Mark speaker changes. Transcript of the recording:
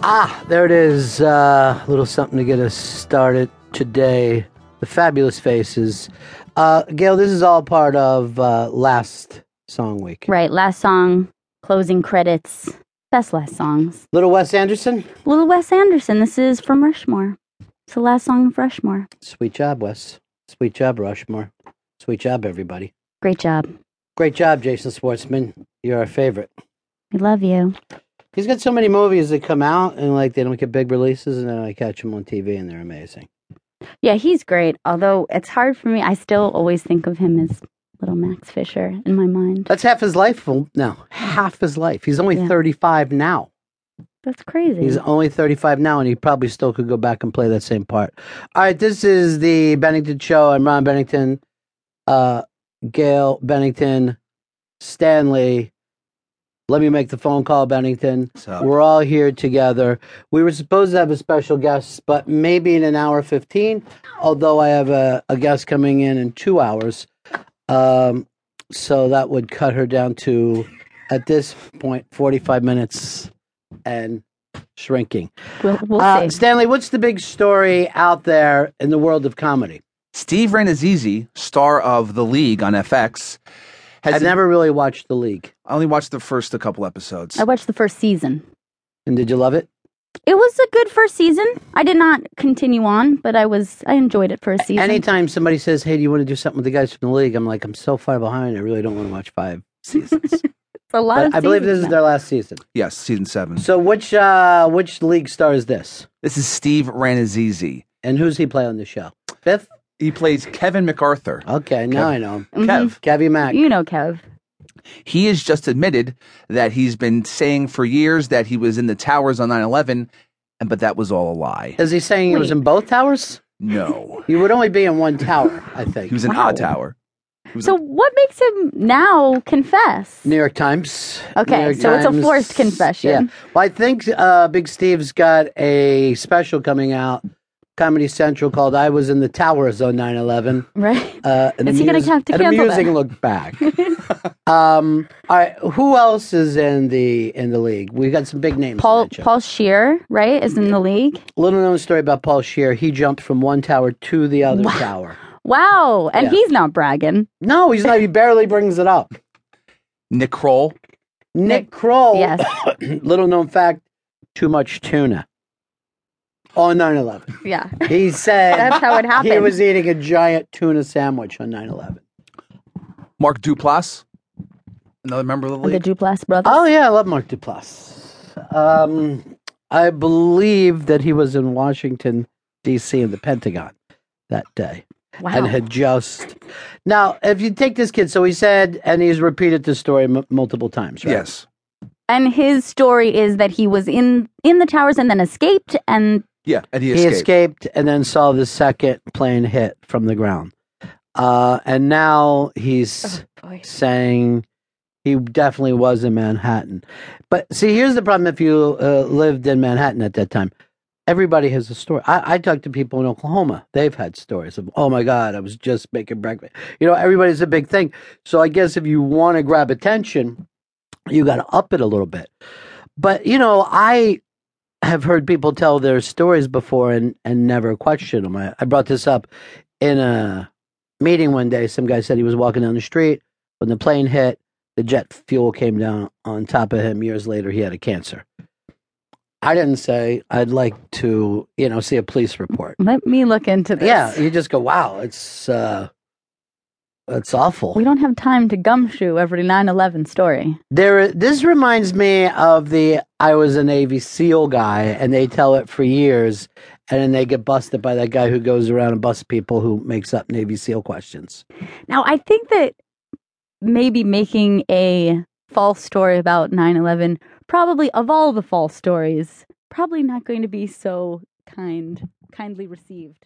Speaker 1: Ah, there it is. Uh, a little something to get us started today. The fabulous faces. Uh, Gail, this is all part of uh, last song week.
Speaker 2: Right, last song, closing credits, best last songs.
Speaker 1: Little Wes Anderson.
Speaker 2: Little Wes Anderson, this is from Rushmore. It's the last song of Rushmore.
Speaker 1: Sweet job, Wes. Sweet job, Rushmore. Sweet job, everybody.
Speaker 2: Great job.
Speaker 1: Great job, Jason Schwartzman. You're our favorite.
Speaker 2: We love you.
Speaker 1: He's got so many movies that come out and like they don't get big releases, and then I catch them on TV and they're amazing.
Speaker 2: Yeah, he's great. Although it's hard for me, I still always think of him as little Max Fisher in my mind.
Speaker 1: That's half his life. Well, no, half his life. He's only
Speaker 2: Yeah.
Speaker 1: 35 now.
Speaker 2: That's crazy.
Speaker 1: He's only 35 now, and he probably still could go back and play that same part. All right, this is the Bennington Show. I'm Ron Bennington, uh, Gail Bennington, Stanley. Let me make the phone call, Bennington. We're all here together. We were supposed to have a special guest, but maybe in an hour 15, although I have a, a guest coming in in two hours. Um, so that would cut her down to, at this point, 45 minutes and shrinking.
Speaker 2: we'll we'll
Speaker 1: Uh,
Speaker 2: see.
Speaker 1: Stanley, what's the big story out there in the world of comedy?
Speaker 3: Steve Renazizi, star of The League on FX, has
Speaker 1: I've never really watched The League.
Speaker 3: I only watched the first a couple episodes.
Speaker 2: I watched the first season.
Speaker 1: And did you love it?
Speaker 2: It was a good first season. I did not continue on, but I was I enjoyed it for a season.
Speaker 1: Anytime somebody says, hey, do you want to do something with the guys from The League? I'm like, I'm so far behind. I really don't want to watch five seasons.
Speaker 2: It's a lot
Speaker 1: but
Speaker 2: of
Speaker 1: I believe this
Speaker 2: seasons
Speaker 1: is
Speaker 2: now.
Speaker 1: their last season.
Speaker 3: yes, season seven.
Speaker 1: So which uh, which league star is this?
Speaker 3: This is Steve Renazizi.
Speaker 1: And who's he play on the show? Fifth?
Speaker 3: He plays Kevin MacArthur.
Speaker 1: Okay, now I know him.
Speaker 2: Mm-hmm.
Speaker 3: Kev.
Speaker 1: Cavi Mack.
Speaker 2: You know, Kev.
Speaker 3: He has just admitted that he's been saying for years that he was in the towers on 9 11, but that was all a lie.
Speaker 1: Is he saying he was
Speaker 2: Wait.
Speaker 1: in both towers?
Speaker 3: No.
Speaker 1: You would only be in one tower, I think.
Speaker 3: He was in
Speaker 2: Wow.
Speaker 3: Odd Tower. was
Speaker 2: So what makes him now confess?
Speaker 1: New York Times.
Speaker 2: Okay,
Speaker 1: New York
Speaker 2: so it's a forced confession.
Speaker 1: Yeah. Well, I think uh, Big Steve's got a special coming out, Comedy Central, called I Was in the Towers on 9 11.
Speaker 2: Right?
Speaker 1: Uh, and
Speaker 2: Is
Speaker 1: the
Speaker 2: he gonna
Speaker 1: mus-
Speaker 2: have to
Speaker 1: and
Speaker 2: cancel
Speaker 1: amusing
Speaker 2: that?
Speaker 1: look back. um, all right, who else is in the in the league? We've got some big names.
Speaker 2: Paul
Speaker 1: to mention.
Speaker 2: Paul Shear, right, is in the league.
Speaker 1: Little known story about Paul Shear. He jumped from one tower to the other tower.
Speaker 2: Wow, and
Speaker 1: Yeah.
Speaker 2: he's not bragging.
Speaker 1: No, he's not. He barely brings it up.
Speaker 3: Nick Kroll.
Speaker 1: Nick Kroll.
Speaker 2: Yes.
Speaker 1: little known fact: too much tuna. On 9 11.
Speaker 2: Yeah,
Speaker 1: He said
Speaker 2: that's how it happened.
Speaker 1: he was eating a giant tuna sandwich on 9 11.
Speaker 3: Mark Duplass, another member of the
Speaker 2: the
Speaker 3: league.
Speaker 2: Duplass brothers.
Speaker 1: Oh, yeah, I love Mark Duplass. Um, I believe that he was in Washington, D.C., in the Pentagon that day
Speaker 2: wow.
Speaker 1: and had just. Now, if you take this kid, so he said, and he's repeated this story m- multiple times, right?
Speaker 3: Yes.
Speaker 2: And his story is that he was in in the towers and then escaped, and
Speaker 3: Yeah, and he
Speaker 1: He
Speaker 3: escaped.
Speaker 1: escaped and then saw the second plane hit from the ground. Uh, and now
Speaker 2: Oh,
Speaker 1: he's. saying he definitely was in Manhattan. But see, here's the problem if you uh, lived in Manhattan at that time. Everybody has a story. I, I talked to people in Oklahoma. They've had stories of, oh my God, I was just making breakfast. You know, everybody's a big thing. So I guess if you want to grab attention, you got to up it a little bit. But, you know, I have heard people tell their stories before and, and never question them. I, I brought this up in a meeting one day. Some guy said he was walking down the street when the plane hit, the jet fuel came down on top of him. Years later, he had a cancer. I didn't say I'd like to, you know, see a police report.
Speaker 2: let me look into this.
Speaker 1: Yeah, you just go, wow, it's uh, it's awful.
Speaker 2: we don't have time to gumshoe every 9-11 story.
Speaker 1: There, this reminds me of the I was a Navy SEAL guy, and they tell it for years, and then they get busted by that guy who goes around and busts people who makes up Navy SEAL questions.
Speaker 2: Now, I think that maybe making a false story about 9-11, probably of all the false stories, probably not going to be so kind, kindly received.